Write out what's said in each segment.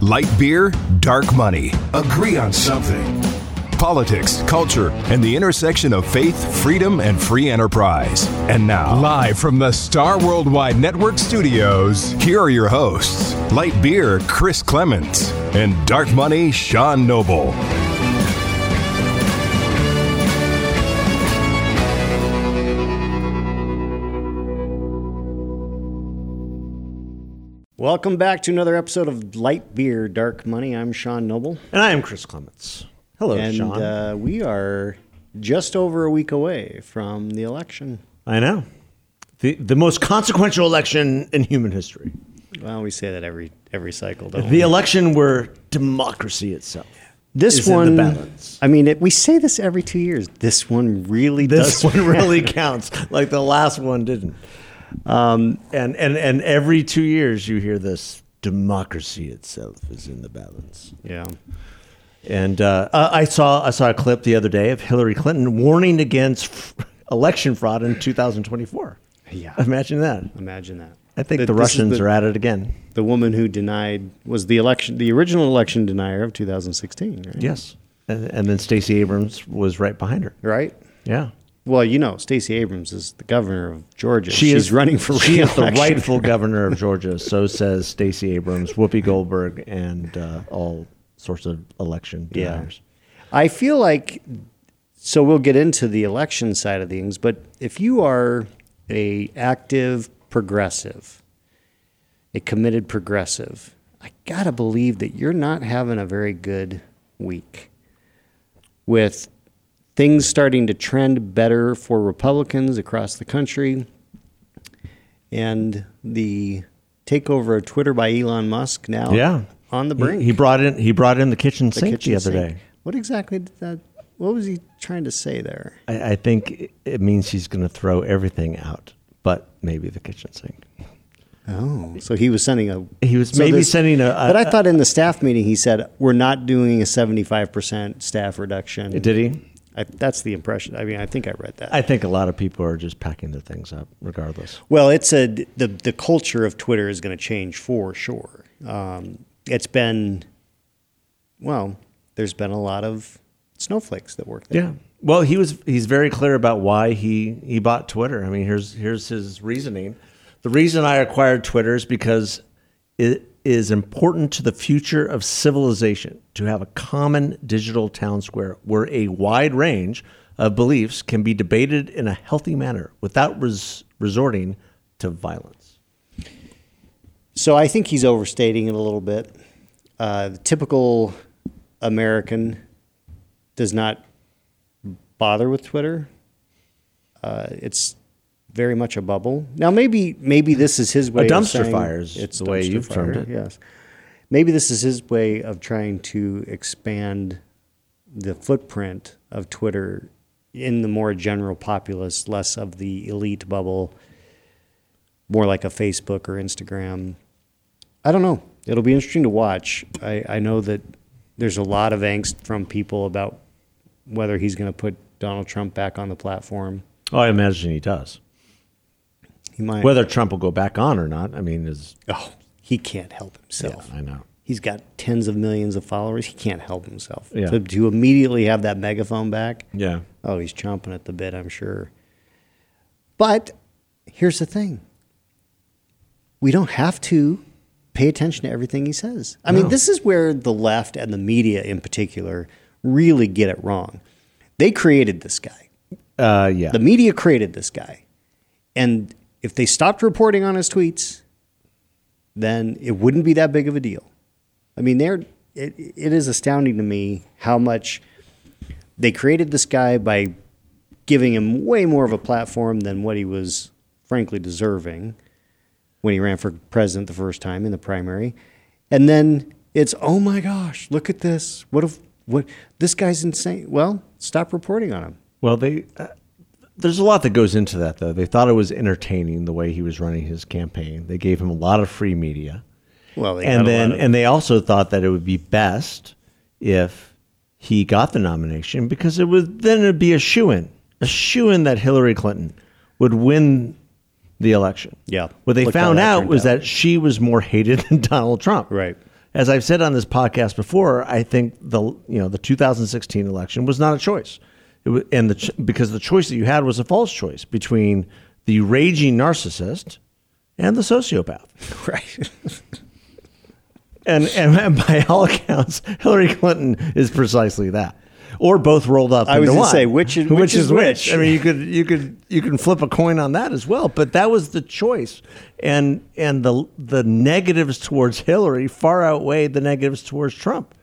Light beer, dark money. Agree on something. Politics, culture, and the intersection of faith, freedom, and free enterprise. And now, Live from the Star Worldwide Network studios, here are your hosts Light Beer, Chris Clements, and Dark Money, Sean Noble. Welcome back to another episode of Light Beer Dark Money. I'm Sean Noble. And I am Chris Clements. Hello, and Sean. Uh, we are just over a week away from the election. I know. The, the most consequential election in human history. Well, we say that every every cycle, don't The we? election where democracy itself. This is in the one, balance. I mean, it, we say this every two years. This one really This does. one really counts, like the last one didn't. Um, and, and, and every two years you hear this democracy itself is in the balance. yeah. And uh, I I saw I saw a clip the other day of Hillary Clinton warning against f- election fraud in 2024. Yeah. imagine that. Imagine that. I think That the this is Russians the, are at it again. the woman who denied was the election, the original election denier of 2016. Right. Yes, and, and then Stacey Abrams was right behind her. Right. Yeah, Well, you know, Stacey Abrams is the governor of Georgia. she She's is running for She is the re-election. rightful governor of Georgia. So says Stacey Abrams, Whoopi Goldberg, and uh, all sorts of election Yeah. deniers. I feel like so we'll get into the election side of things, but if you are a active progressive, a committed progressive, I got to believe that you're not having a very good week with things starting to trend better for Republicans across the country and the takeover of Twitter by Elon Musk now Yeah, on the He- brink He, brought in he brought in the kitchen sink the other sink. day. What exactly did that? What was he trying to say there? I, I think it- it means he's going to throw everything out, but maybe the kitchen sink. Oh, so he was sending a. He was so maybe sending a- But I thought in the staff meeting he said we're not doing a seventy-five percent staff reduction. Did he? I, that's the impression. I mean, I think I read that. I think a lot of people are just packing their things up, regardless. Well, it's a the the culture of Twitter is going to change for sure. Um, it's been, well, there's been a lot of snowflakes that work there. Yeah. Well, he was he's very clear about why he he bought Twitter. I mean, here's here's his reasoning. The reason I acquired Twitter is because it is important to the future of civilization to have a common digital town square where a wide range of beliefs can be debated in a healthy manner without res- resorting to violence. So I think he's overstating it a little bit. Uh, the typical American does not bother with Twitter. Uh, it's very much a bubble. Now, maybe maybe this is his way. of dumpster saying- fire is it's the way dumpster you've termed fire, it. Yes. Maybe this is his way of trying to expand the footprint of Twitter in the more general populace, less of the elite bubble, more like a Facebook or Instagram. I don't know. It'll be interesting to watch. I, I know that there's a lot of angst from people about whether he's going to put Donald Trump back on the platform. Oh, I imagine he does. He might. Whether Trump will go back on or not, I mean, is oh, he can't help himself. I know. He's got tens of millions of followers. He can't help himself. Yeah. To, to immediately have that megaphone back. Yeah. Oh, he's chomping at the bit, I'm sure. But here's the thing we don't have to pay attention to everything he says. I mean, this is where the left and the media in particular really get it wrong. They created this guy, Uh, yeah. the media created this guy. And if they stopped reporting on his tweets, then it wouldn't be that big of a deal. I mean, they're, it, it is astounding to me how much they created this guy by giving him way more of a platform than what he was frankly deserving when he ran for president the first time in the primary. And then it's, oh my gosh, look at this. What if, what, this guy's insane. Well, stop reporting on him. Well, they uh, there's a lot that goes into that though. They thought it was entertaining the way he was running his campaign. They gave him a lot of free media. Well, they got and a then lot of- and they also thought that it would be best if he got the nomination because it would then it'd be a shoo-in, a shoo-in that Hillary Clinton would win the election. Yeah. What they Look how found that out turned was out. that she was more hated than Donald Trump. Right. as I've said on this podcast before, I think the you know the 2016 election was not a choice, it was, and the ch- because the choice that you had was a false choice between the raging narcissist and the sociopath. Right. And, and and by all accounts, Hillary Clinton is precisely that, or both rolled up. I was into gonna one. say, which is- which is which? I mean, you could you could you can flip a coin on that as well. But that was the choice, and and the the negatives towards Hillary far outweighed the negatives towards Trump,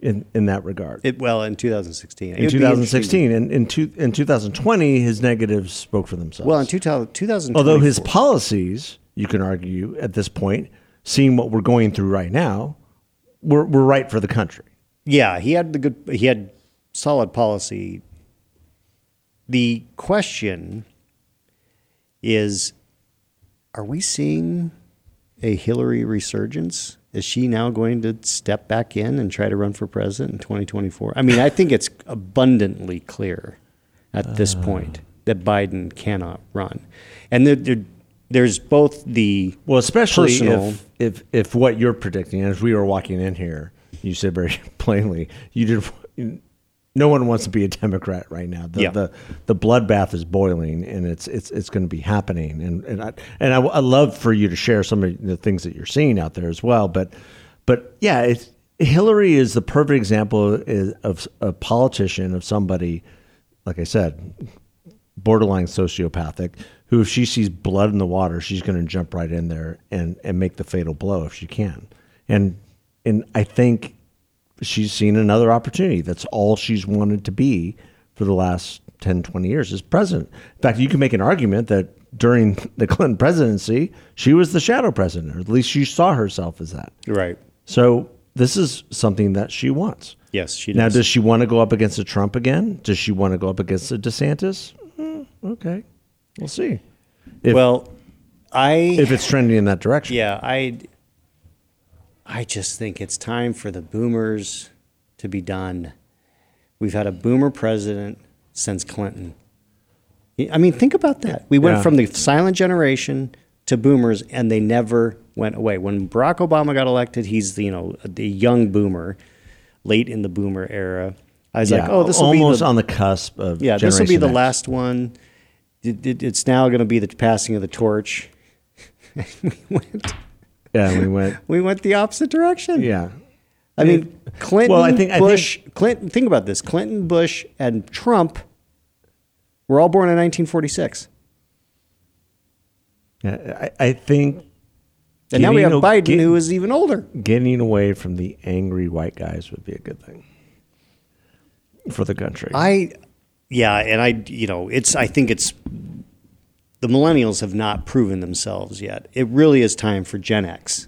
in in that regard. It, well, in 2016. It in would be 2016 and in two, in 2020, his negatives spoke for themselves. Well, in 2000, 2024. Although his policies, you can argue at this point, seeing what we're going through right now, were, were right for the country. yeah, he had the good, he had solid policy. The question is, are we seeing a Hillary resurgence? Is she now going to step back in and try to run for president in 2024? I mean, I think it's abundantly clear at this Uh. point that Biden cannot run, and there, there, there's both the Well, especially Personal. if, if if what you're predicting, as we were walking in here, you said very plainly, you did. No one wants to be a Democrat right now. The Yeah. the, the bloodbath is boiling, and it's it's it's going to be happening. And and I and I, I love for you to share some of the things that you're seeing out there as well. But but yeah, it's, Hillary is the perfect example is- of a politician of somebody, like I said, borderline sociopathic who if she sees blood in the water she's going to jump right in there and and make the fatal blow if she can and and i think she's seen another opportunity that's all she's wanted to be for the last 10 20 years is president in fact you can make an argument that during the clinton presidency she was the shadow president or at least she saw herself as that right. so this is something that she wants Yes, she now, does. does she want to go up against a Trump again? Does she want to go up against a DeSantis? Hmm, okay, we'll see. If, well, I if it's trending in that direction, Yeah, I I just think it's time for the boomers to be done. We've had a boomer president since Clinton. I mean, think about that. We went Yeah. from the silent generation to boomers and they never went away. When Barack Obama got elected, he's the, you know, the young boomer, late in the boomer era. I was like, Yeah, "Oh, this will be almost the, on the cusp of yeah, this will be Generation the X. last one. It- it- it's now going to be the passing of the torch. we went Yeah, we went. we went the opposite direction. Yeah, I mean, Clinton, Well, I think- I Bush, Clinton, think about this. Clinton, Bush, and Trump were all born in 1946. yeah. I, I think. And now we have getting a- Biden, get- who is even older. getting away from the angry white guys would be a good thing for the country. I, yeah, and I, you know, it's, I think it's, the millennials have not proven themselves yet. It really is time for Gen X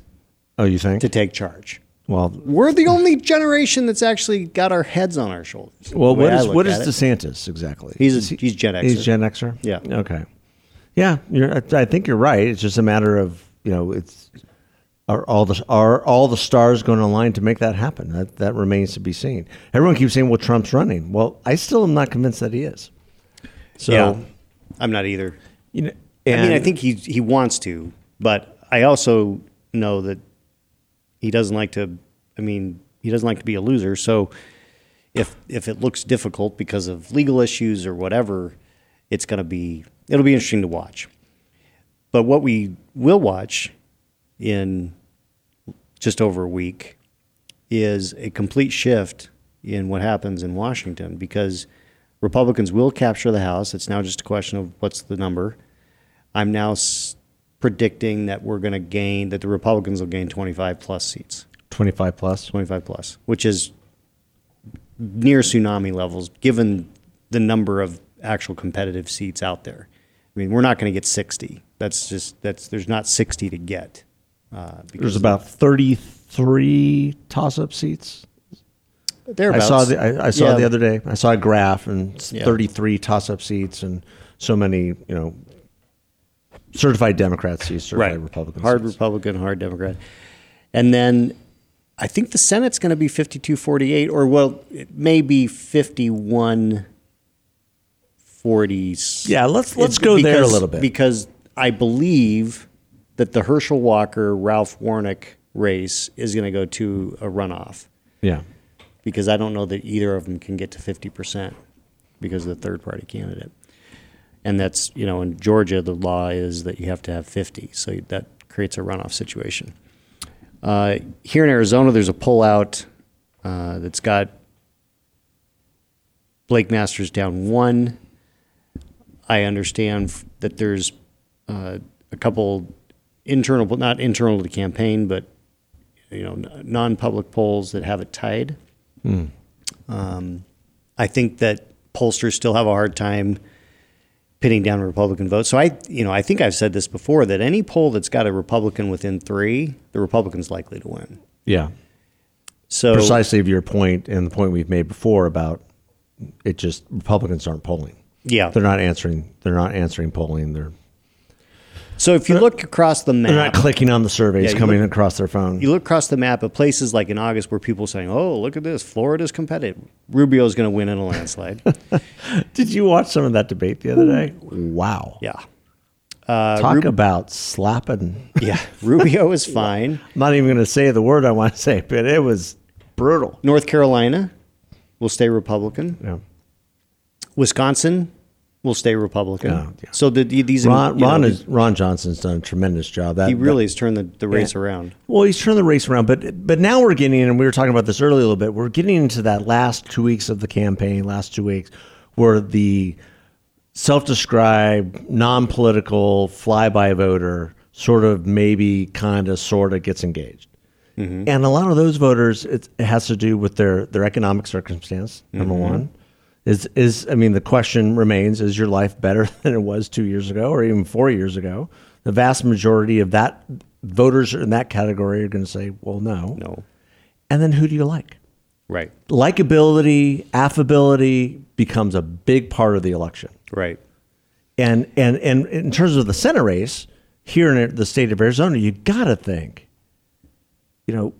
oh, you think? to take charge. well, We're the only generation that's actually got our heads on our shoulders. Well, the way what I is look what at is it. DeSantis exactly? He's a- Is he- he's Gen Xer. He's Gen Xer. Yeah. Okay. Yeah, you're, I- I think you're right. It's just a matter of you know, it's are all the are all the stars going to align to make that happen? That that remains to be seen. Everyone keeps saying, "Well, Trump's running." Well, I still am not convinced that he is. So, yeah, I'm not either. you know, I mean, I and- think he he wants to, but I also know that he doesn't like to. I mean, he doesn't like to be a loser. So if if it looks difficult because of legal issues or whatever, it's going to be it'll be interesting to watch. But what we will watch in just over a week is a complete shift in what happens in Washington because Republicans will capture the House. It's now just a question of what's the number. I'm now s- predicting that we're going to gain, that the Republicans will gain 25 plus seats, 25 plus. 25 plus, which is near tsunami levels given the number of actual competitive seats out there. I mean, we're not going to get 60. That's just, that's, there's not 60 to get. Uh, There's about 33 toss-up seats I saw the I, I saw Yeah. the other day. I saw a graph and it's Yeah. 33 toss-up seats and so many you know certified Democrats seats, certified Republicans. Hard Republican, hard Democrat. And then I think the Senate's going to be 52 48, or well, it may be 51 40. Yeah, let's- let's go there a little bit. Because I believe that the Herschel Walker, Ralph Warnick race is going to go to a runoff Yeah. because I don't know that either of them can get to 50% because of the third party candidate. And that's, you know, in Georgia, the law is that you have to have 50. So that creates a runoff situation. Uh, here in Arizona, there's a pullout uh, that's got Blake Masters down one. I understand f- that there's uh, a couple internal, but not internal to the campaign, but you know, n- non-public polls that have it tied. Um, I think that pollsters still have a hard time pinning down Republican votes. So I, you know, I think I've said this before that any poll that's got a Republican within three, the Republican's likely to win. Yeah. So Precisely of your point and the point we've made before about it just Republicans aren't polling. yeah. They're not answering they're not answering polling. They're So if you look across the map, they're not clicking on the surveys Yeah, you coming across their phone. you look across the map at places like in August where people are saying, "Oh, look at this, Florida's competitive. Rubio's going to win in a landslide." Did you watch some of that debate the other day? Wow. yeah, uh, Talk about slapping. yeah. Rubio is fine. I'm not even going to say the word I want to say, but it was brutal. North Carolina will stay Republican. Yeah. Wisconsin will stay Republican. Yeah, Oh, yeah. So the, the- these Ron, you know, Ron, these- is, Ron Johnson's done a tremendous job. That he that- really has turned the, the race Yeah. around. Well, he's turned the race around, but but now we're getting in, and we were talking about this earlier a little bit. We're getting into that last two weeks of the campaign, last two weeks, where the self-described, non-political, fly-by voter sort of maybe kind of sort of gets engaged. And a lot of those voters, it, it has to do with their their economic circumstance. Number one is is I mean, the question remains: Is your life better than it was two years ago, or even four years ago? The vast majority of that voters in that category are going to say, "Well, no." No, And then, who do you like? right, Likability, affability becomes a big part of the election. right. And and and in terms of the Senate race here in the state of Arizona, you got to think, you know,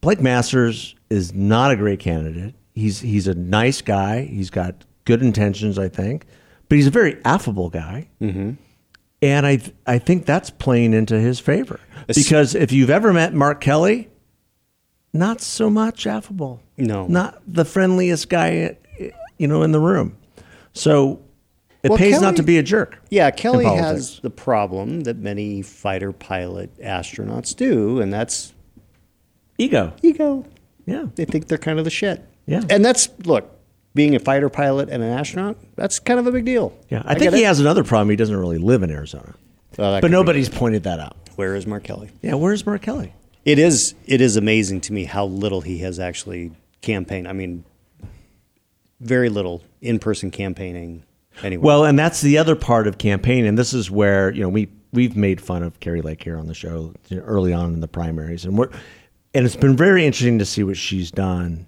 Blake Masters is not a great candidate. He's he's a nice guy. He's got good intentions, I think, but he's a very affable guy. Mm-hmm. And I I think that's playing into his favor It's- because if you've ever met Mark Kelly, not so much affable. No. not the friendliest guy, you know, in the room. So it Well, pays Kelly- not to be a jerk. Yeah, in Kelly has politics. the problem that many fighter pilot astronauts do, and that's ego. ego. Yeah. They think they're kind of the shit. Yeah. and that's look, being a fighter pilot and an astronaut, that's kind of a big deal. Yeah. I, think get he it. has another problem. He doesn't really live in Arizona. Well, that could but be- nobody's pointed that out. Where is Mark Kelly? Yeah, where's Mark Kelly? It is it is amazing to me how little he has actually campaigned. I mean, very little in person campaigning. Anyway, Well, and that's the other part of campaign, and this is where you know we we've made fun of Carrie Lake here on the show you know, early on in the primaries, and we're and it's been very interesting to see what she's done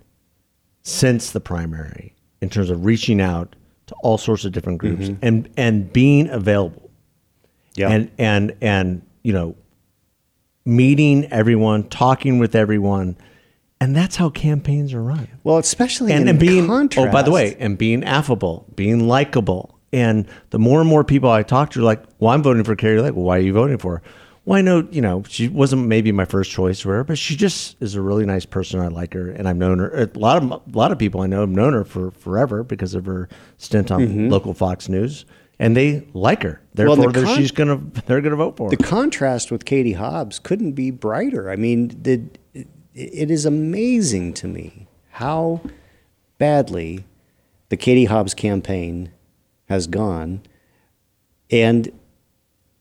since the primary in terms of reaching out to all sorts of different groups and and being available. yeah, and and and you know meeting everyone talking with everyone and that's how campaigns are run well, especially and, in and being contrast. oh by the way and being affable being likable and the more and more people i talk to are like well i'm voting for carrie lake well why are you voting for her well i know you know she wasn't maybe my first choice for her but she just is a really nice person i like her and i've known her a lot of a lot of people i know have known her for forever because of her stint on local fox news and they like her Mm-hmm. Well, therefore and the they're- con- she's gonna they're gonna vote for her the contrast with Katie Hobbs couldn't be brighter. I mean, the, it is amazing to me how badly the Katie Hobbs campaign has gone, and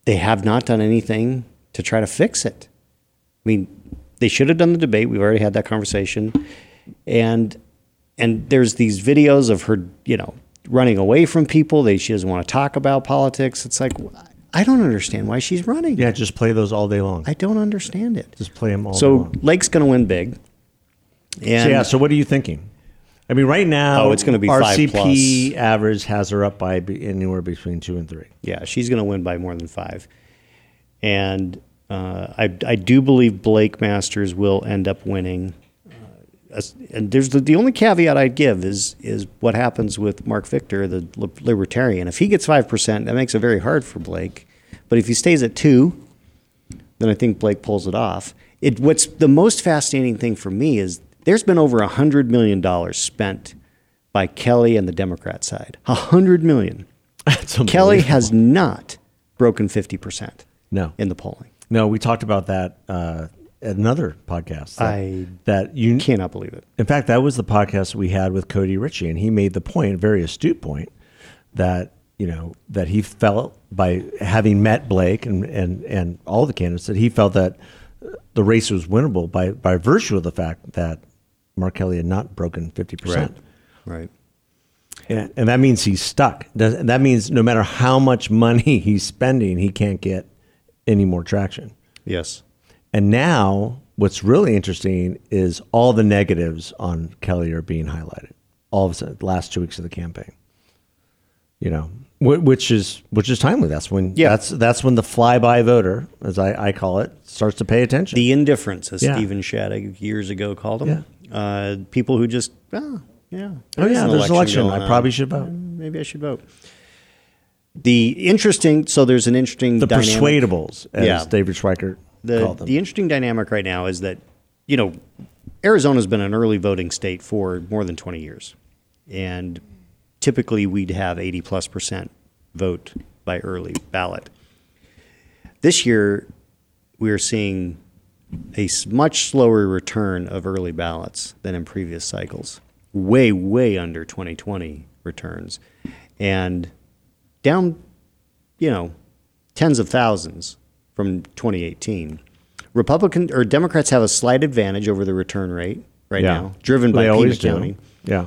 they have not done anything to try to fix it. I mean, they should have done the debate. We've already had that conversation, and and there's these videos of her, you know, running away from people. They she doesn't want to talk about politics. It's like I don't understand why she's running. yeah just play those all day long I don't understand it. just play them all day So long. Lake's going to win big, and so yeah, so what are you thinking? I mean, right now, Oh, it's gonna be our five CP average has her up by be- anywhere between two and three. Yeah, she's going to win by more than five. And uh, I, I do believe Blake Masters will end up winning. Uh, as- and there's the, the only caveat I'd give is is what happens with Mark Victor, the li- libertarian. If he gets five percent, that makes it very hard for Blake. But if he stays at two, then I think Blake pulls it off. it what's the most fascinating thing for me is there's been over a hundred million dollars spent by Kelly and the Democrat side. A hundred million. That's Kelly unbelievable. has not broken fifty percent No. in the polling. No, we talked about that uh, at another podcast. That, I that you Cannot believe it. In fact, that was the podcast we had with Cody Ritchie, and he made the point, very astute point, that you know that he felt by having met Blake and and and all the candidates that he felt that uh, the race was winnable by by virtue of the fact that Mark Kelly had not broken fifty percent. Right. And, and that means he's stuck. Does- and That means no matter how much money he's spending, he can't get any more traction. Yes. And now, what's really interesting is all the negatives on Kelly are being highlighted. All of a sudden, the last two weeks of the campaign, you know, wh- which is which is timely. That's when Yeah. that's that's when the flyby voter, as I, I call it, starts to pay attention. The indifference, as Yeah. Stephen Shattuck years ago called them. Uh, people who just, ah, yeah. oh there is yeah, an there's an election. going I on. probably should vote. Maybe I should vote. The interesting, so there's an interesting The dynamic. persuadables, as Yeah. David Schweikert the, called them. the interesting dynamic right now is that you know Arizona's been an early voting state for more than 20 years and typically we'd have 80 plus percent vote by early ballot this year we're seeing a s- much slower return of early ballots than in previous cycles way way under 2020 returns and down you know, tens of thousands from 2018. Republican or Democrats have a slight advantage over the return rate right Yeah. now, driven by They Pima always do. County. Yeah,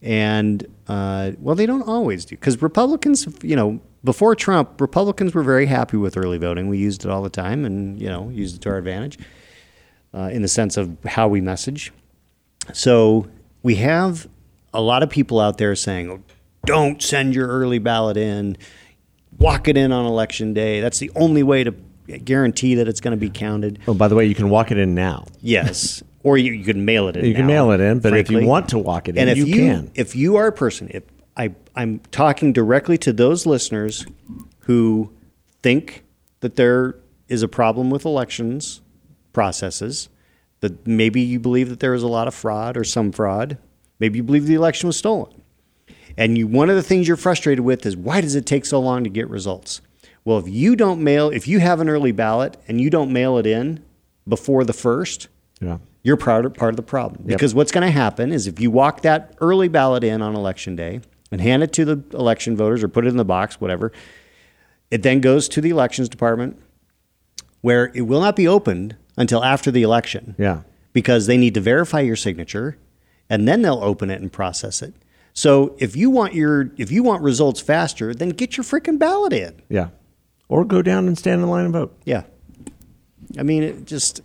And uh, well, they don't always do because Republicans, you know, before Trump, Republicans were very happy with early voting. We used it all the time, and you know, used it to our advantage uh, in the sense of how we message. So we have a lot of people out there saying, "Oh, "Don't send your early ballot in. Walk it in on election day. That's the only way to guarantee that it's going to be counted." Oh, by the way, you can walk it in now. Yes. Or you, you can mail it in. You can now, mail it in, but if you frankly. want to walk it in, and if you can. If you are a person, if I, I'm talking directly to those listeners who think that there is a problem with elections processes, that maybe you believe that there is a lot of fraud or some fraud, maybe you believe the election was stolen. And you, one of the things you're frustrated with is why does it take so long to get results? Well, if you don't mail, if you have an early ballot and you don't mail it in before the first, Yeah. you're part of, part of the problem. Because what's going to happen is if you walk that early ballot in on election day and hand it to the election voters or put it in the box, whatever, it then goes to the elections department where it will not be opened until after the election. Yeah. Because they need to verify your signature and then they'll open it and process it. So if you want your if you want results faster, then get your freaking ballot in. Yeah, or go down and stand in line and vote. Yeah. I mean, it just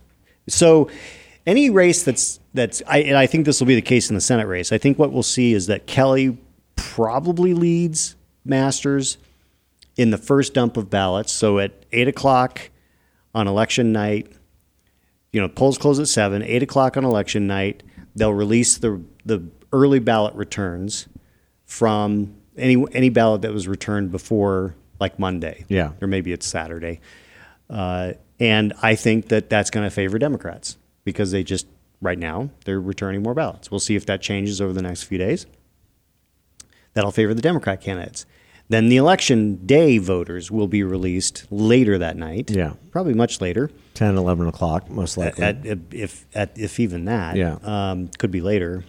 so any race that's that's I and I think this will be the case in the Senate race. I think what we'll see is that Kelly probably leads Masters in the first dump of ballots. So at eight o'clock on election night, you know, polls close at seven, eight o'clock on election night, they'll release the the early ballot returns from any any ballot that was returned before like Monday. Yeah. Or maybe it's Saturday. Uh, and I think that that's going to favor Democrats because they just right now they're returning more ballots. We'll see if that changes over the next few days that'll favor the Democrat candidates. Then the election day voters will be released later that night. Yeah. probably much later, 10, 11 o'clock, most likely. at, at- if at, if even that. Yeah. um, could be later.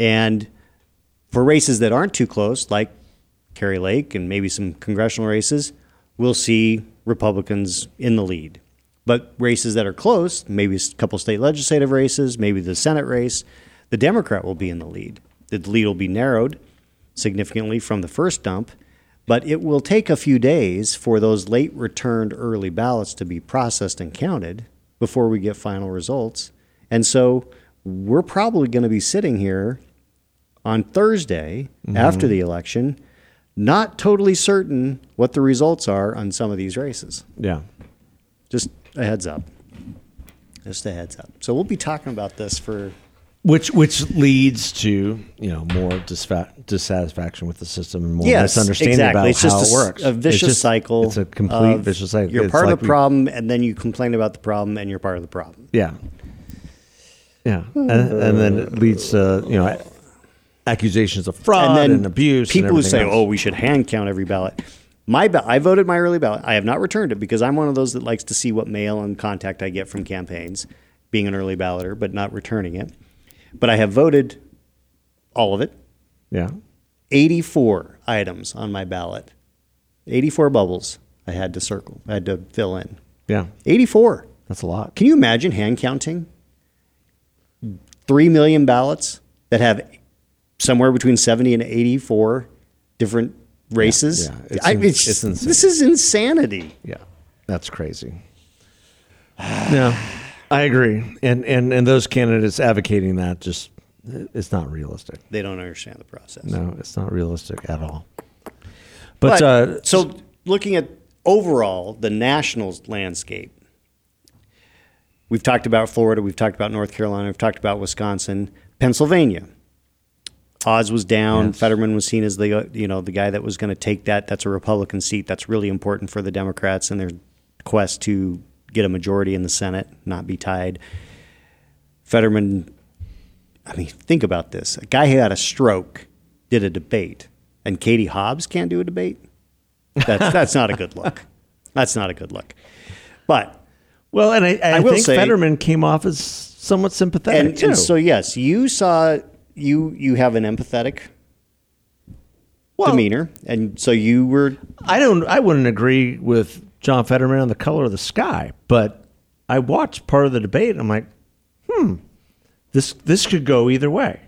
And for races that aren't too close, like Kerry Lake and maybe some congressional races, we'll see Republicans in the lead. But races that are close, maybe a couple state legislative races, maybe the Senate race, the Democrat will be in the lead. The lead will be narrowed significantly from the first dump, but it will take a few days for those late returned early ballots to be processed and counted before we get final results. And so we're probably going to be sitting here on Thursday Mm-hmm. after the election, not totally certain what the results are on some of these races. yeah. Just a heads up. Just a heads up. So we'll be talking about this for which which leads to you know more disfa- dissatisfaction with the system and more Yes, misunderstanding exactly. about it's just how a, it s- works. a vicious It's just- cycle. It's a complete of vicious cycle. You're It's part like of the we- problem, and then you complain about the problem, and you're part of the problem. Yeah, yeah, and, and then it leads to you know accusations of fraud and, and then abuse. People and who everything say, else. "Oh, we should hand count every ballot." My ba- I voted my early ballot. I have not returned it because I'm one of those that likes to see what mail and contact I get from campaigns, being an early balloter, but not returning it. But I have voted all of it. yeah, 84 items on my ballot. 84 bubbles I had to circle. I had to fill in. yeah, 84. that's a lot. Can you imagine hand counting? Three million ballots that have somewhere between 70 and 84 different races. yeah, it's I- in- it's- it's insane. This is insanity. Yeah, that's crazy. No, I agree, and and and those candidates advocating that just it's not realistic. They don't understand the process. No, it's not realistic at all. But, But, uh, so looking at overall the national landscape, we've talked about Florida, we've talked about North Carolina, we've talked about Wisconsin, Pennsylvania. Oz was down. Fetterman was seen as the uh, you know the guy that was going to take that. That's a Republican seat. That's really important for the Democrats in their quest to get a majority in the Senate, not be tied. Fetterman I mean, think about this. A guy who had a stroke did a debate, and Katie Hobbs can't do a debate. That's that's not a good look. That's not a good look. But well, and I, I, I will think say- Fetterman came off as somewhat sympathetic and, too. and so yes, you saw you you have an empathetic Well, demeanor, and so you were I don't. I wouldn't agree with John Fetterman on the color of the sky, but I watched part of the debate. and I'm like, hmm, this this could go either way.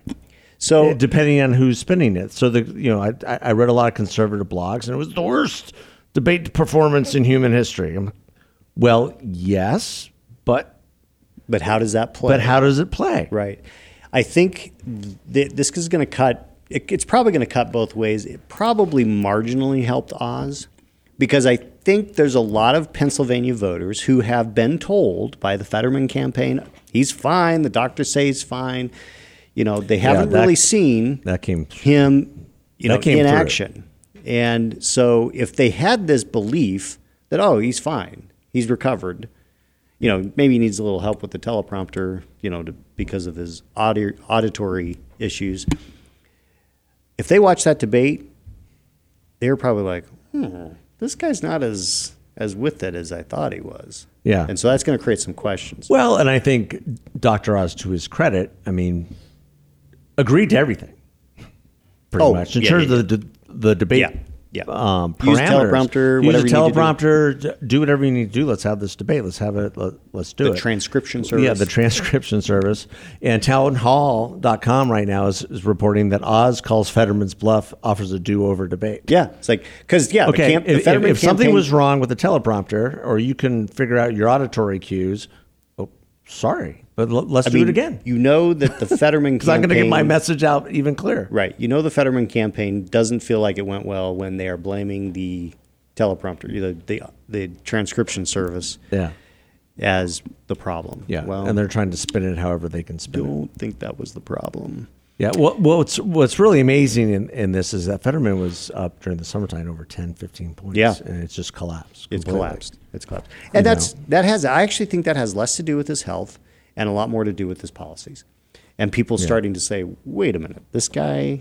so Uh, depending on who's spinning it. So the you know I I I read a lot of conservative blogs and it was the worst debate performance in human history. I'm, well, yes, but but how does that play? but how does it play? Right. I think th- this is going to cut. It, it's probably going to cut both ways. It probably marginally helped Oz because I think there's a lot of Pennsylvania voters who have been told by the Fetterman campaign, he's fine. The doctors say he's fine. You know, they haven't that- really seen That came him, you That know, came in through. action. And so if they had this belief that, oh, he's fine, he's recovered, you know, maybe he needs a little help with the teleprompter, you know, to, because of his audi- auditory issues. If they watch that debate, they're probably like, hmm, this guy's not as as with it as I thought he was. Yeah. And so that's going to create some questions. Well, and I think Dr. Oz, to his credit, I mean, agreed to everything, pretty Oh, much in yeah, terms yeah, of the, de- the debate. Yeah, yeah. Um, Use parameters. teleprompter, whatever Use you a need to do. teleprompter. d- do. whatever you need to do. Let's have this debate. Let's have it. Let, us do The it. transcription Yeah, service. the transcription service. And townhall.com right now is, is reporting that Oz calls Fetterman's bluff, offers a do-over debate. Yeah. It's like, because, yeah, Okay, the, camp, the if, if, Fetterman if something campaign- was wrong with the teleprompter, or you can figure out your auditory cues, oh, sorry, but l- let's do mean, it again. You know that the Fetterman Because I'm going to get my campaign- message out even clearer. Right. You know the Fetterman campaign doesn't feel like it went well when they are blaming the teleprompter, the the, the transcription service Yeah, as the problem. yeah. Well, and they're trying to spin it however they can I spin it. don't think that was the problem. Yeah. What, what's what's really amazing in, in this is that Fetterman was up during the summertime over 10, 15 points. Yeah. and it's just collapsed. It's completely. collapsed. It's collapsed. And that's that has I actually think that has less to do with his health and a lot more to do with his policies. And people starting to say, "Wait a minute. This guy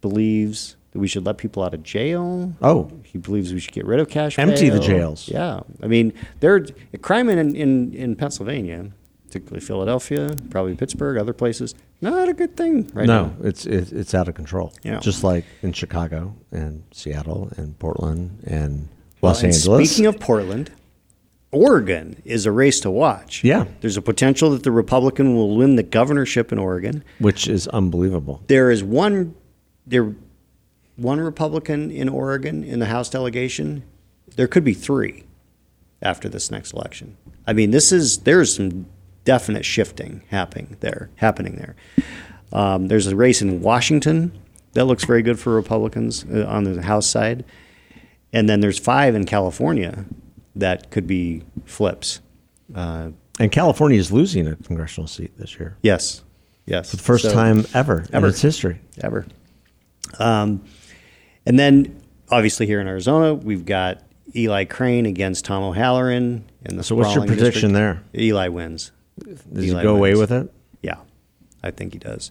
believes that we should let people out of jail." Oh, He believes we should get rid of cash. Empty the bail. jails. Yeah, I mean, there crime in, in in Pennsylvania, particularly Philadelphia, probably Pittsburgh, other places. Not a good thing right no, now. it's it, it's out of control. Yeah. Just like in Chicago and Seattle and Portland and Well, Los and Angeles. Speaking of Portland, Oregon is a race to watch. Yeah. there's a potential that the Republican will win the governorship in Oregon. which is unbelievable. There is one there one Republican in Oregon in the House delegation. There could be three after this next election. I mean, this is there is some definite shifting happening there. Happening there. Um, there's a race in Washington that looks very good for Republicans uh, on the House side, and then there's five in California that could be flips. And California is losing a congressional seat this year. Yes, Yes. For the first So- time ever, Ever. in its history. ever. Um, and then, obviously, here in Arizona, we've got Eli Crane against Tom O'Halloran. And the So what's your sprawling prediction district. Eli wins. Does Eli he go away wins. with it? Yeah, I think he does.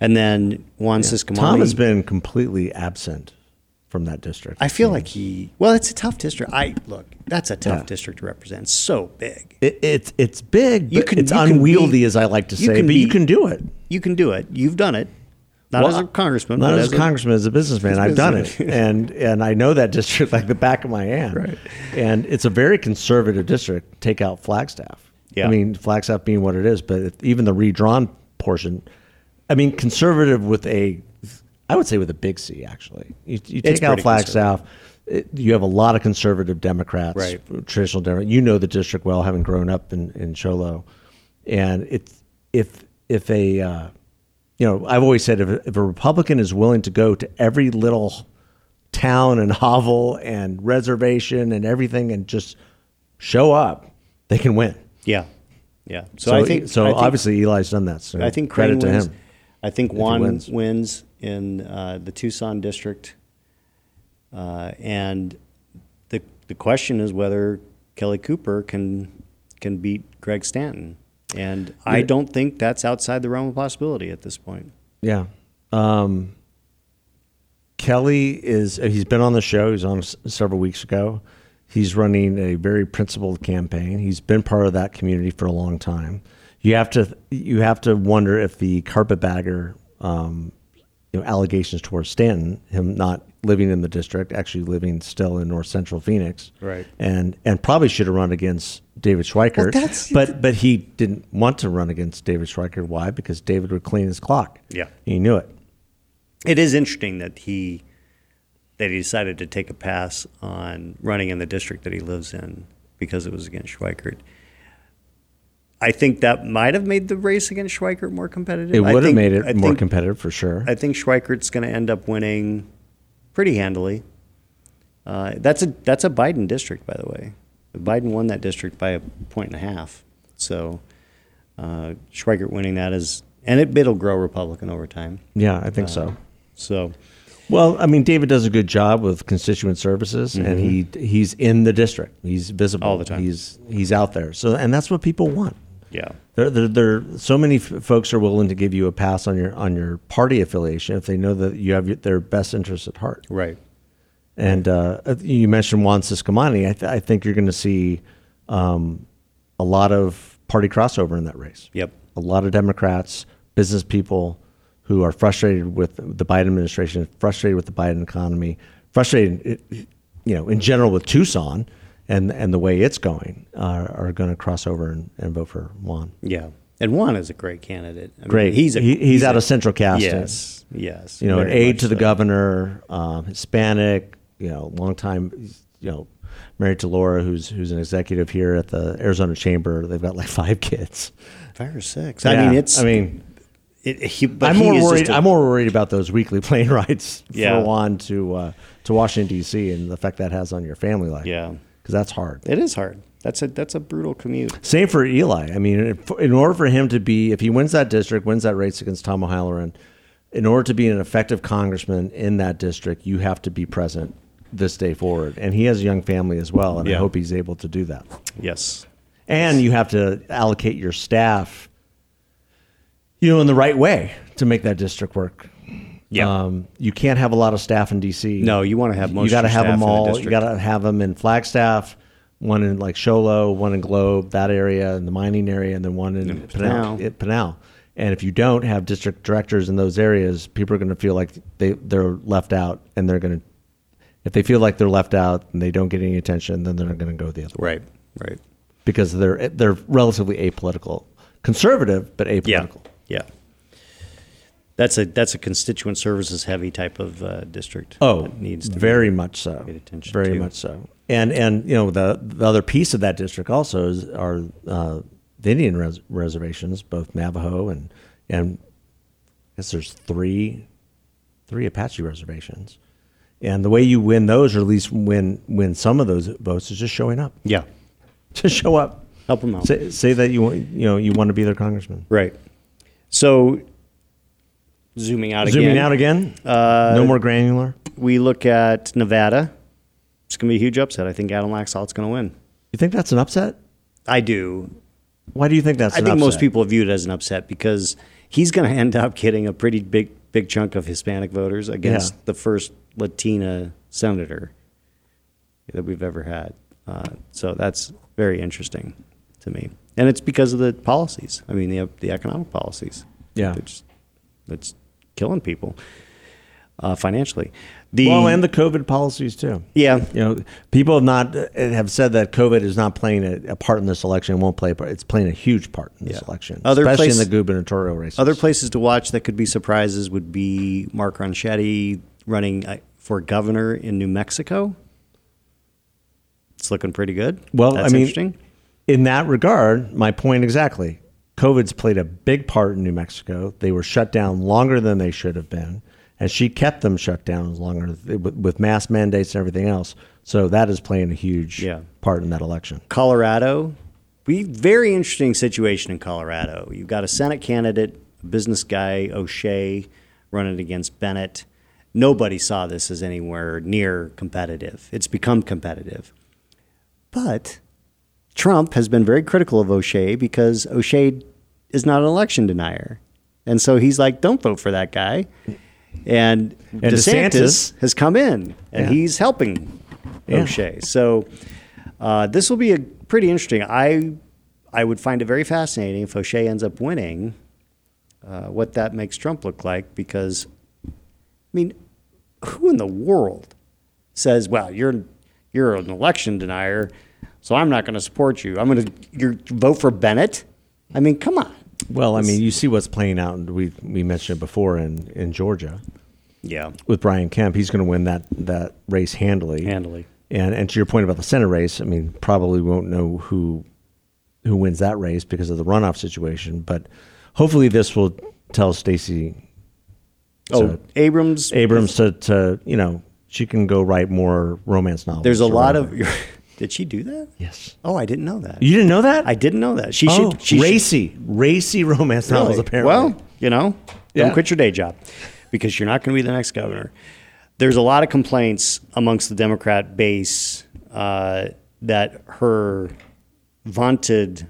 And then Juan Siscomani. Tom has been completely absent from that district. I feel like he. Well, it's a tough district. I look. That's a tough Yeah. district to represent. It's so big. It, it's it's big, but You can- it's you can unwieldy, be- as I like to you say. can but you be- can do it. You can do it. You've done it. Not Well, as a congressman. Not but as a congressman, as a businessman. I've done it, and and I know that district like the back of my hand. Right. And it's a very conservative district. Take out Flagstaff. Yeah. I mean Flagstaff being what it is, but if- even the redrawn portion. I mean conservative with a, I would say with a big C actually. You, you It's take out pretty Flagstaff. it- eh, You have a lot of conservative Democrats, Right. traditional Democrats. You know the district well, having grown up in, in Cholo, and it's if if a uh, you know, I've always said if, if a Republican is willing to go to every little town and hovel and reservation and everything and just show up, they can win. Yeah, yeah. So, So, I think. so I think- obviously Eli's done that. So I think Crane credit to wins. him. I think Juan wins. wins. in uh, the Tucson district, uh, and the the question is whether Kelly Cooper can can beat Greg Stanton, and I don't think that's outside the realm of possibility at this point. Yeah. Um, Kelly is, uh, he's been on the show. He's on s- several weeks ago. He's running a very principled campaign. He's been part of that community for a long time. You have to, you have to wonder if the carpetbagger, um, you know, allegations towards Stanton, him not living in the district, actually living still in North Central Phoenix, Right. And and probably should have run against David Schweikert, Well, that's- but but he didn't want to run against David Schweikert. Why? Because David would clean his clock. Yeah. he knew it. It is interesting that he that he decided to take a pass on running in the district that he lives in because it was against Schweikert. I think that might have made the race against Schweikert more competitive. It I would have think- made it I more think- competitive for sure. I think Schweikert's going to end up winning pretty handily. Uh, that's a that's a Biden district, by the way. Biden won that district by a point and a half. So uh, Schweikert winning that is, and it it'll grow Republican over time. yeah, I Uh, think so. So Well, I mean, David does a good job with constituent services, and he he's in the district. He's visible Mm-hmm. All the time. He's he's out there. So, and that's what people want. yeah, There, there, there. So many f- folks are willing to give you a pass on your on your party affiliation if they know that you have your, their best interests at heart. right. And uh, you mentioned Juan Siscomani. I, th- I think you're going to see um, a lot of party crossover in that race. Yep. A lot of Democrats, business people who are frustrated with the Biden administration, frustrated with the Biden economy, frustrated, you know, in general with Tucson and, and the way it's going, uh, are going to cross over and, and vote for Juan. Yeah, and Juan is a great candidate. I mean, Great. he's a, He- he's out a- of Central Casting. Yes, yes. you know, an very aide much to the so. governor, um, Hispanic, you know, long time, you know, married to Laura, who's who's an executive here at the Arizona Chamber. They've got like five kids. Five or six. I mean, Yeah, it's. I mean, it, he, but I'm he more is just worried. a- I'm more worried about those weekly plane rides Yeah. for Juan to uh, to Washington D.C. and the effect that has on your family life. Yeah. because that's hard. It is hard. That's a that's a brutal commute. Same for Eli. I mean, if- in order for him to be, if he wins that district, wins that race against Tom O'Halloran, in order to be an effective congressman in that district, you have to be present this day forward. And he has a young family as well, and Yeah. I hope he's able to do that. Yes. And you have to allocate your staff, you know, in the right way to make that district work. Yeah. Um, you can't have a lot of staff in D.C. No, you wanna have most You of your gotta have staff them in the all. You district. got to have them in Flagstaff, one in like Sholo, one in Globe, that area, and the mining area, and then one in Pinal. Pinal. It- Pinal. And if you don't have district directors in those areas, people are going to feel like they they're left out, and they're going to. If they feel like they're left out and they don't get any attention, then they're going to go the other way right. Right. because they're they're relatively apolitical, conservative but apolitical. Yeah. Yeah. That's a that's a constituent services heavy type of uh, district. Oh, that needs to very much so. paid attention very to. much so. And and you know the the other piece of that district also is are uh, the Indian res- reservations, both Navajo and and I guess there's three three Apache reservations. And the way you win those, or at least win win some of those votes, is just showing up. Yeah. Just show up. Help 'em out. Say, say that you want you know you want to be their congressman. Right. So, zooming out Zooming again, out again. Uh, no more granular. we look at Nevada. It's going to be a huge upset. I think Adam Laxalt's going to win. You think that's an upset? I do. Why do you think that's? I an think most upset? people view it as an upset because he's going to end up getting a pretty big big chunk of Hispanic voters against Yeah. the first Latina senator that we've ever had. Uh, so that's very interesting to me, and it's because of the policies. I mean, the the economic policies. Yeah. that's, that's killing people uh, financially. The Well, and the COVID policies too. yeah, You know, people have not uh, have said that COVID is not playing a, a part in this election. It won't play a part. It's playing a huge part in this Yeah. election, Other especially place- in the gubernatorial races. Other places to watch that could be surprises would be Mark Ronchetti running uh, for governor in New Mexico. It's looking pretty good. Well, That's I mean, interesting. in that regard, my point exactly. COVID's played a big part in New Mexico. They were shut down longer than they should have been, and she kept them shut down longer with, with mass mandates and everything else. So that is playing a huge Yeah. part in that election. Colorado, we very interesting situation in Colorado. You've got a Senate candidate, a business guy O'Shea, running against Bennett. Nobody saw this as anywhere near competitive. It's become competitive, but Trump has been very critical of O'Shea because O'Shea is not an election denier. And so he's like, don't vote for that guy. And, DeSantis, DeSantis- has come in and Yeah. he's helping Yeah. O'Shea. So uh, this will be a pretty interesting. I I would find it very fascinating if O'Shea ends up winning, uh, what that makes Trump look like. Because I mean, who in the world says, "Well, you're you're an election denier, so I'm not going to support you. I'm going to you vote for Bennett." I mean, come on. Well, I mean, you see what's playing out, and we we mentioned it before in in Georgia Yeah, with Brian Kemp. He's going to win that that race handily. handily. And and to your point about the Senate race, I mean, probably won't know who who wins that race because of the runoff situation. But hopefully, this will tell Stacey Oh, So- Abrams. Abrams to, to you know she can go write more romance novels. There's a or lot of. whatever. Did she do that? yes. Oh, I didn't know that. You didn't know that? I didn't know that. She oh, should. She should- racy, racy romance Really? novels. Apparently, Well, you know, Yeah. don't quit your day job because you're not going to be the next governor. There's a lot of complaints amongst the Democrat base uh, that her vaunted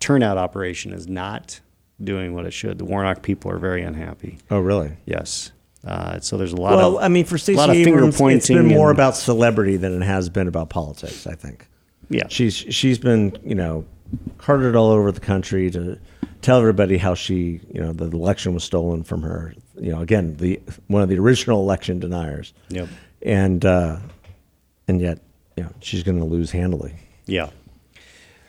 turnout operation is not doing what it should. The Warnock people are very unhappy. oh really? Yes. Uh, so there's a lot of Well, I mean, for Stacey lot of finger Abrams, it's pointing been more and- about celebrity than it has been about politics. I think. Yeah. she's she's been you know carted all over the country to tell everybody how she you know the election was stolen from her. You know, again, the one of the original election deniers. Yep. And uh, and yet, you know, she's going to lose handily. yeah.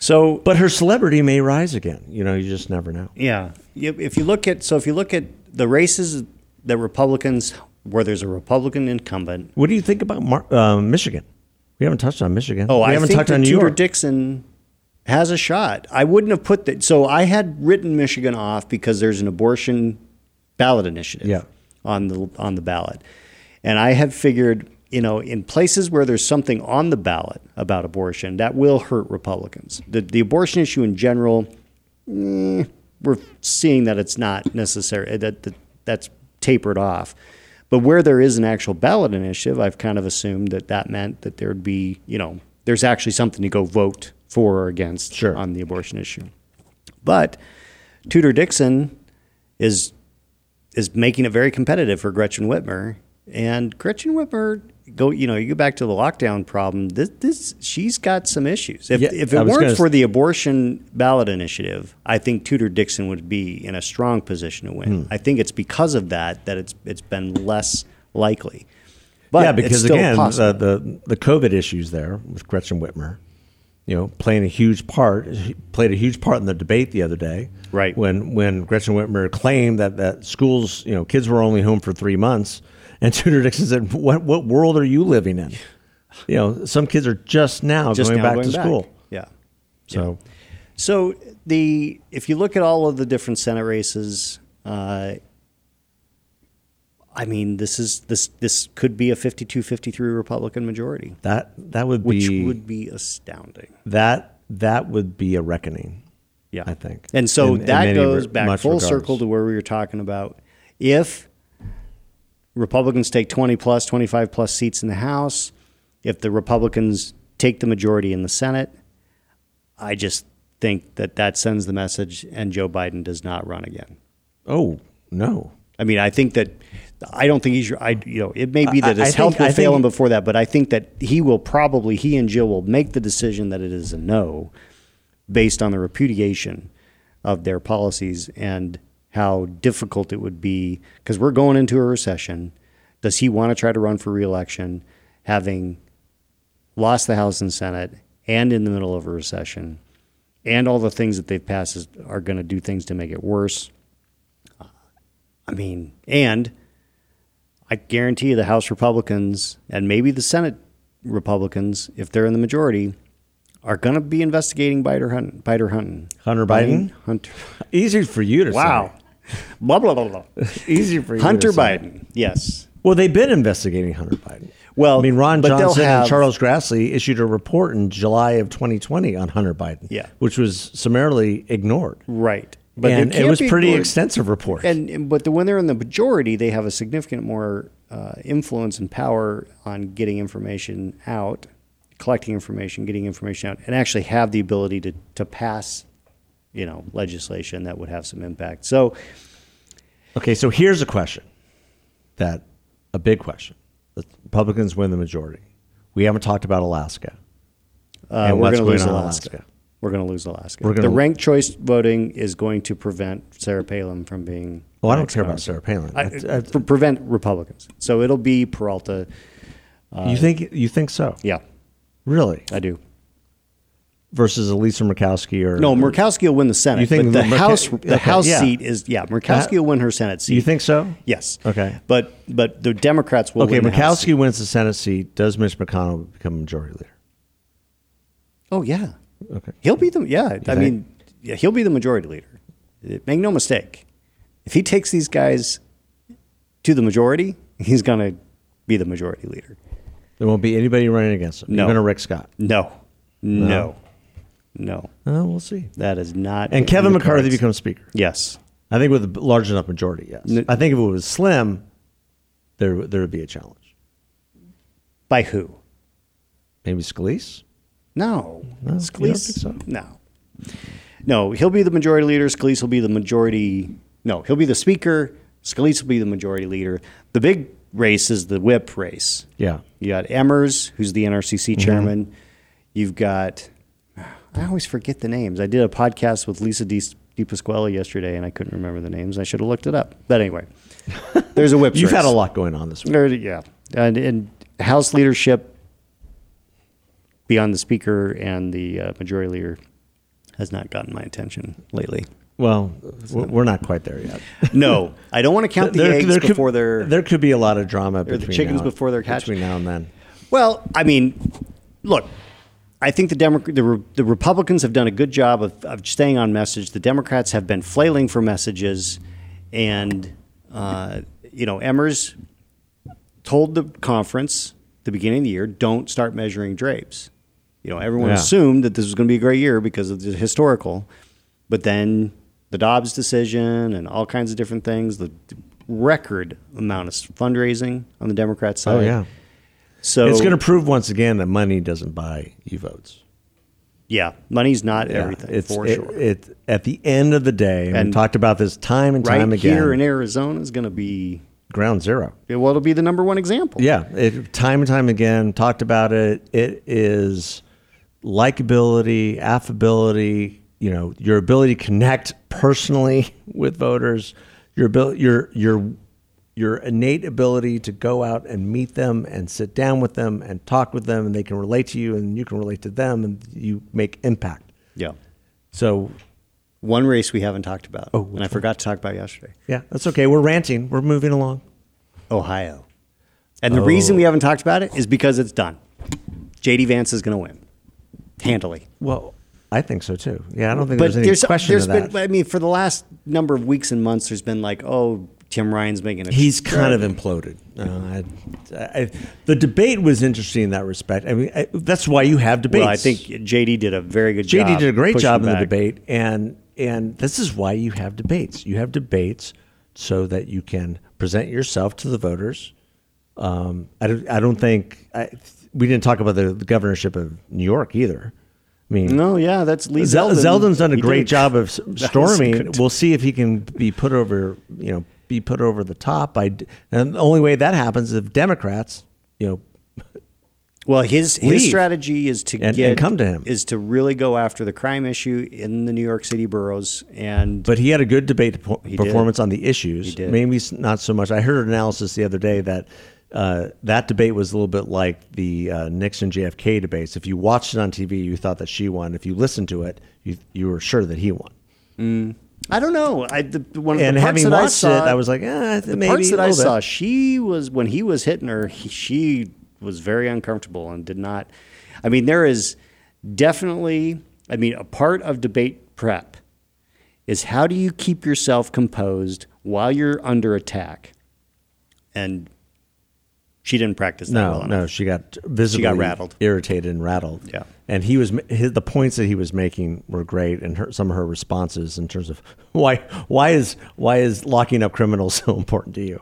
So But her celebrity may rise again. You know, you just never know. Yeah. If if you look at so if you look at the races that Republicans where there's a Republican incumbent. What do you think about Mar- uh, Michigan? We haven't touched on Michigan. Oh, we I haven't think touched that on New Tudor York. Dixon has a shot. I wouldn't have put that. So I had written Michigan off because there's an abortion ballot initiative Yeah. on the on the ballot, and I had figured you know in places where there's something on the ballot about abortion that will hurt Republicans. The the abortion issue in general we're seeing that it's not necessary that, that that's tapered off. But where there is an actual ballot initiative, I've kind of assumed that that meant that there would be, you know, there's actually something to go vote for or against Sure. on the abortion issue. But Tudor Dixon is is making it very competitive for Gretchen Whitmer. And Gretchen Whitmer, go you know, you go back to the lockdown problem. This, this she's got some issues. If, Yeah, if I it was weren't gonna- for the abortion ballot initiative, I think Tudor Dixon would be in a strong position to win. Hmm. I think it's because of that that it's it's been less likely. But yeah, it's because still again, uh, possible. the, the the COVID issues there with Gretchen Whitmer, you know, playing a huge part she played a huge part in the debate the other day. Right. when when Gretchen Whitmer claimed that that schools, you know, kids were only home for three months, and Tudor Dixon said, "What what world are you living in? You know, some kids are just now just going now back going to school. Yeah. So So the if you look at all of the different Senate races, uh, I mean, this is this this could be a 52-53 Republican majority, that that would which be would be astounding. that that would be a reckoning. Yeah. I think. And so In- in that many goes re- back much full regards. circle to where we were talking about. If Republicans take 20 plus, 25 plus seats in the House, if the Republicans take the majority in the Senate, I just think that that sends the message and Joe Biden does not run again. Oh no. I mean, I think that I don't think he's. I you know, it may be that I- his I think- health will I fail think- him before that, but I think that he will probably he and Jill will make the decision that it is a no, based on the repudiation of their policies and how difficult it would be because we're going into a recession. Does he want to try to run for reelection, having lost the House and Senate and in the middle of a recession, and all the things that they've passed is, are going to do things to make it worse? I mean, and I guarantee you the House Republicans and maybe the Senate Republicans, if they're in the majority, are going to be investigating Biter Hunt, Biter Hunton. Hunter Biden? Hunter. Easy for you to Wow. blah, blah, blah, blah. say. Easy for you. Hunter to say. Biden. Yes. Well, they've been investigating Hunter Biden. Well, I mean, Ron but they'll Johnson have- and Charles Grassley issued a report in July of 2020 on Hunter Biden, Yeah. which was summarily ignored. Right. and there it can't was be pretty ignored- extensive report. And and- but the, when they're in the majority, they have a significant more uh, influence and power on getting information out, collecting information, getting information out, and actually have the ability to to pass, you know, legislation that would have some impact. So okay, so here's a question that a big question. The Republicans win the majority. We haven't talked about Alaska. uh, And we're going to what's going lose on in Alaska. Alaska? We're going to lose Alaska. We're gonna- the ranked choice voting is going to prevent Sarah Palin from being. Well, Oh, I don't next care about Congress- Sarah Palin. I- uh, That's- that's- pre- prevent Republicans. So it'll be Peralta. you think you think so? Yeah, Really? I do. Versus Elisa Murkowski or No, Murkowski will win the Senate. You think but the Murka- House the okay, House yeah. seat is yeah, Murkowski Uh, will win her Senate seat. You think so? Yes. Okay. But but the Democrats will Okay, win the House seat. Murkowski wins the Senate seat. Does Mitch McConnell become majority leader? Oh yeah. Okay. He'll be the yeah, I think? mean yeah, he'll be the majority leader. Uh, Make no mistake. If he takes these guys to the majority, he's going to be the majority leader. There won't be anybody running against him. No. Even a Rick Scott. No. No. No. Oh, we'll see. That is not And Kevin in the McCarthy cards. becomes speaker. Yes. I think with a large enough majority, yes. N- I think if it was slim, there there would be a challenge. By who? Maybe Scalise. No. No, you don't Scalise. think so? No. No, he'll be the majority leader. Scalise will be the majority. No, he'll be the speaker. Scalise will be the majority leader. The big race is the whip race. Yeah. You got Emmers, who's the NRCC Mm-hmm. chairman. You've got, I always forget the names. I did a podcast with Lisa Di, Di Pasquale yesterday, and I couldn't remember the names. I should have looked it up. But anyway, there's a whip You've had race. a lot going on this week. There- yeah, and, and House leadership beyond the Speaker and the uh, Majority Leader has not gotten my attention lately. Well, we're we're not quite there yet. No, I don't want to count the eggs before they're. there could be a lot of drama the between chickens now, before they're hatched. between now and then. Well, I mean, look, I think the Democ- the, Re- the Republicans have done a good job of, of staying on message. The Democrats have been flailing for messages, and uh, you know, Emmers told the conference at the beginning of the year, "Don't start measuring drapes." You know, everyone Yeah. assumed that this was going to be a great year because of the historical, but then the Dobbs decision and all kinds of different things, the record amount of fundraising on the Democrat side. Oh yeah, So it's going to prove once again that money doesn't buy you votes. Yeah, money's not Yeah, everything it's, for it- sure. it- at the end of the day, and, we And talked about this time and right time again. here in Arizona is going to be ground zero. well, it'll be the number one example. Yeah, it, time and time again, talked about it. It is likability, affability. You know, your ability to connect personally with voters, your ability, your your your innate ability to go out and meet them and sit down with them and talk with them, and they can relate to you, and you can relate to them, and you make impact. yeah. So, One race we haven't talked about, oh, and I forgot to talk about yesterday, yeah, that's okay. We're ranting. We're moving along. Ohio. And Oh. the reason we haven't talked about it is because it's done. J.D. Vance is going to win handily. Well, I think so too. Yeah, I don't think But there's any there's, question there's of that. been, I mean, for the last number of weeks and months, there's been like, oh, Tim Ryan's making a He's kind of imploded. Uh, I, I, the debate was interesting in that respect. I mean, I, that's why you have debates. Well, I think JD did a very good job. JD did a great pushing job in the back. debate, and and this is why you have debates. You have debates so that you can present yourself to the voters. Um, I don't, I don't think I, we didn't talk about the, the governorship of New York either. I mean, No, yeah, that's Lee Zel- Zeldin. Zeldin's done a He great did- job of s- That was storming. good. We'll see if he can be put over, you know, be put over the top. I d- and the only way that happens is if Democrats, you know, Well, his Leave. his strategy is to And- and get come to him. is to really go after the crime issue in the New York City boroughs and but he had a good debate po- did. performance on the issues. did. Maybe s- not so much. I heard an analysis the other day that uh, that debate was a little bit like the uh, Nixon JFK debates. If you watched it on TV, you thought that she won. If you listened to it, you you were sure that he won. I don't know. I the, one of and the parts having that watched I saw, it, I was like, eh, the maybe parts a that I little bit. saw, she was when he was hitting her, he, she was very uncomfortable and did not. I mean, there is definitely. I mean, a part of debate prep is how do you keep yourself composed while you're under attack, and she didn't practice that No, well enough. no, she got visibly rattled. irritated and rattled. Yeah. and he was his, the points that he was making were great, and her, some of her responses in terms of why why is why is locking up criminals so important to you?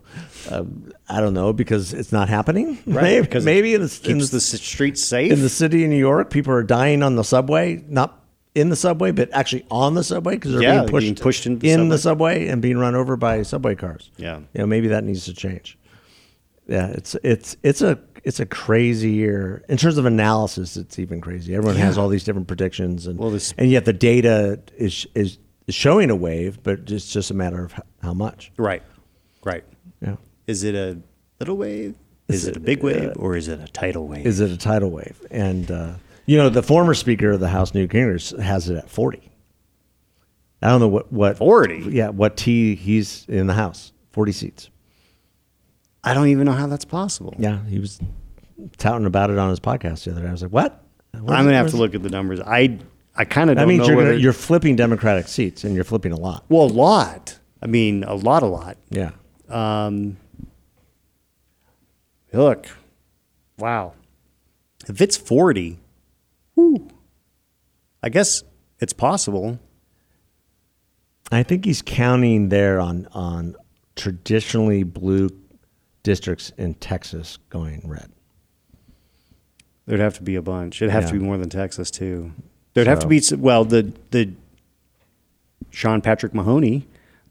Um, I don't know because it's not happening. Maybe, because it maybe in the, in keeps the the s- streets safe. in the city of New York, people are dying on the subway, not in the subway, but actually on the subway because they're Yeah, being pushed, being pushed into the in the subway and being run over by subway cars. Yeah. you know, maybe that needs to change. Yeah, it's it's it's a it's a crazy year in terms of analysis. It's even crazy. Everyone has all these different predictions, and Well, this- and yet the data is is showing a wave, but it's just a matter of h- how much. right, right. Yeah, Is it a little wave? Is, it, a big wave or is it a tidal wave? uh, is it a tidal wave? And uh, you know, the former Speaker of the House, Newt Gingrich, has it at forty. I don't know what what 40? Yeah, what T he's in the House, forty seats. I don't even know how that's possible. Yeah, he was touting about it on his podcast the other day. I was like, what? I'm gonna have to look at the numbers. I I kind of don't That means know you're whether gonna, you're flipping Democratic seats, and you're flipping a lot. well a lot. I mean a lot, a lot. Um, Yeah, Look, wow. If it's forty, whew, I guess it's possible. I think he's counting there on on traditionally blue districts in Texas going red. There'd have to be a bunch. It'd have to Yeah. be more than Texas too. There'd have to So- be s- well the the Sean Patrick Mahoney,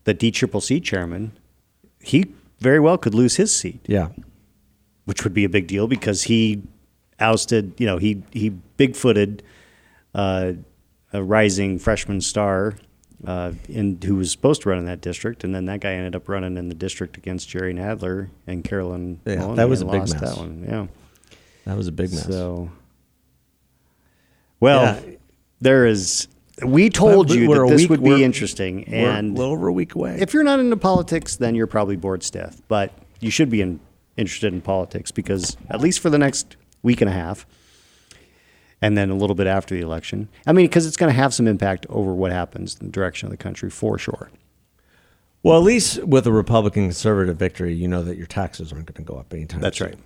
the D Triple C chairman, he very well could lose his seat. Yeah, which would be a big deal because he ousted, you know, he he bigfooted uh, a rising freshman star uh, in who was supposed to run in that district, and then that guy ended up running in the district against Jerry Nadler and Carolyn. Yeah, Maloney that was and a big lost mess. That one, yeah. that was a big mess. So, well, Yeah. there is. We told But you that we're a this week- would be we're- interesting, We're and a little over a week away. if you're not into politics, then you're probably bored stiff. But you should be in, interested in politics because at least for the next week and a half, and then a little bit after the election. I mean, because it's going to have some impact over what happens in the direction of the country for sure. well, at least with a Republican conservative victory, you know that your taxes aren't going to go up anytime. That's soon.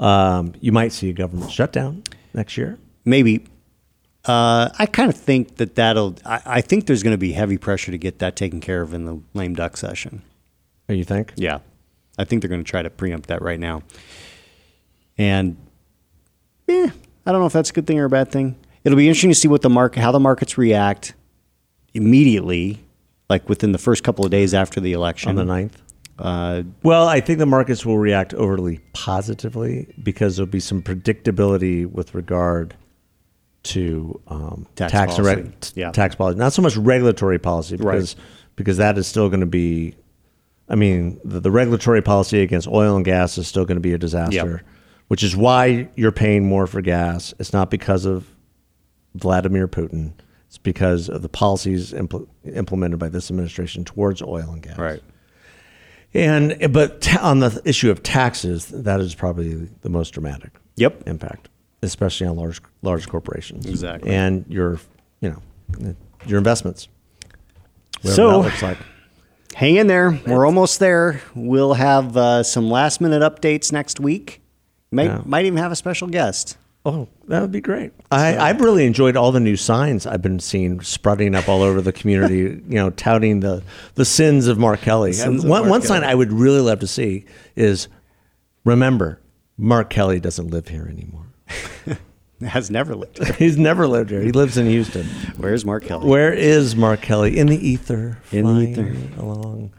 Um, you might see a government shutdown next year. Maybe. Uh, I kind of think that that'll. I, I think there's going to be heavy pressure to get that taken care of in the lame duck session. What do you think? Yeah. I think they're going to try to preempt that right now. And yeah, I don't know if that's a good thing or a bad thing. It'll be interesting to see what the market how the markets react immediately like within the first couple of days after the election. on the 9th? Uh, Well, I think the markets will react overly positively because there'll be some predictability with regard to um, Tax and reg- policy. t- Yeah. tax policy, not so much regulatory policy, Right. because because that is still going to be. I mean, the, the regulatory policy against oil and gas is still going to be a disaster, which is why you're paying more for gas. It's not because of Vladimir Putin. It's because of the policies impl- implemented by this administration towards oil and gas. And but ta- on the issue of taxes, that is probably the most dramatic. Yep. Impact, especially on large large corporations. Exactly. And your, you know, your investments. Whatever So- that looks like. Hang in there. We're almost there. We'll have uh, some last minute updates next week. Might, Yeah. might even have a special guest. Oh, that would be great. I, I've really enjoyed all the new signs I've been seeing sprouting up all over the community, you know, touting the, the sins of Mark Kelly. sins of one, Mark one sign Kelly. I would really love to see is remember, Mark Kelly doesn't live here anymore. Has never lived. He's never lived here. He lives in Houston. Where's Mark Kelly? Where is Mark Kelly? In the ether. In the flying ether. Along.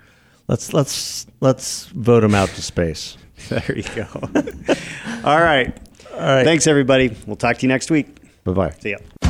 Let's let's let's vote him out to space. There you go. All right. All right. Thanks, everybody. We'll talk to you next week. Bye bye. See ya.